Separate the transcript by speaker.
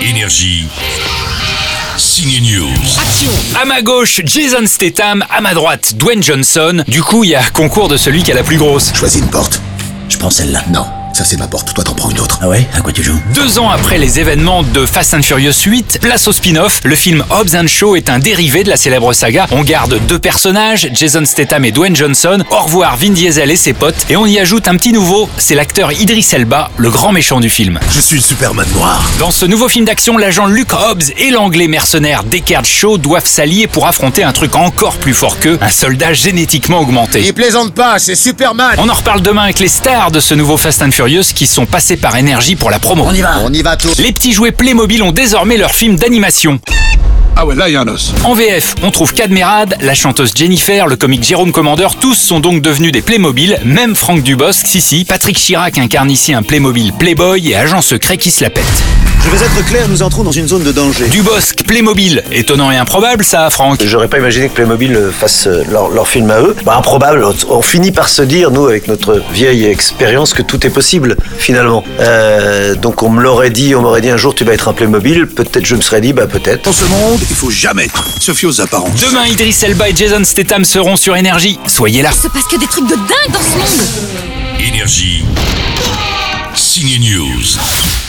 Speaker 1: Énergie. Signe News.
Speaker 2: À ma gauche, Jason Statham, à ma droite, Dwayne Johnson. Du coup, il y a concours de celui qui a la plus grosse.
Speaker 3: Choisis une porte.
Speaker 4: Je prends celle-là.
Speaker 3: Non, ça c'est ma porte, toi t'en prends une autre.
Speaker 4: Ah ouais À quoi tu joues
Speaker 2: Deux ans après les événements de Fast and Furious 8, place au spin-off, le film Hobbs and Shaw est un dérivé de la célèbre saga. On garde deux personnages, Jason Statham et Dwayne Johnson. Au revoir Vin Diesel et ses potes. Et on y ajoute un petit nouveau, c'est l'acteur Idris Elba, le grand méchant du film.
Speaker 3: Je suis Superman noir.
Speaker 2: Dans ce nouveau film d'action, l'agent Luke Hobbs et l'anglais mercenaire Deckard Shaw doivent s'allier pour affronter un truc encore plus fort qu'eux, un soldat génétiquement augmenté.
Speaker 3: Il plaisante pas, c'est Superman.
Speaker 2: On en reparle demain avec les stars de ce nouveau Fast and Furious qui sont passés par énergie pour la promo.
Speaker 4: On y va
Speaker 3: On y va tous.
Speaker 2: Les petits jouets Playmobil ont désormais leur film d'animation.
Speaker 5: Ah ouais, là, il y a un os.
Speaker 2: En VF, on trouve Cadmerade, la chanteuse Jennifer, le comique Jérôme Commander, tous sont donc devenus des Playmobil, même Franck Dubosc, si si, Patrick Chirac incarne ici un Playmobil Playboy et agent secret qui se la pète.
Speaker 6: Je vais être clair, nous entrons dans une zone de danger.
Speaker 2: Dubosc, Playmobil, étonnant et improbable ça, Franck.
Speaker 7: J'aurais pas imaginé que Playmobil euh, fasse euh, leur, leur film à eux. Bah, improbable. On- On finit par se dire, nous, avec notre vieille expérience, que tout est possible, finalement. Euh, donc, on me l'aurait dit, on m'aurait dit un jour, tu vas être un Playmobil. Peut-être, je me serais dit, bah, peut-être.
Speaker 5: Dans ce monde, il faut jamais se fier aux apparences.
Speaker 2: Demain, Idris Elba et Jason Statham seront sur Énergie. Soyez là.
Speaker 8: Il se passe que des trucs de dingue dans ce monde
Speaker 1: Énergie. Signe News.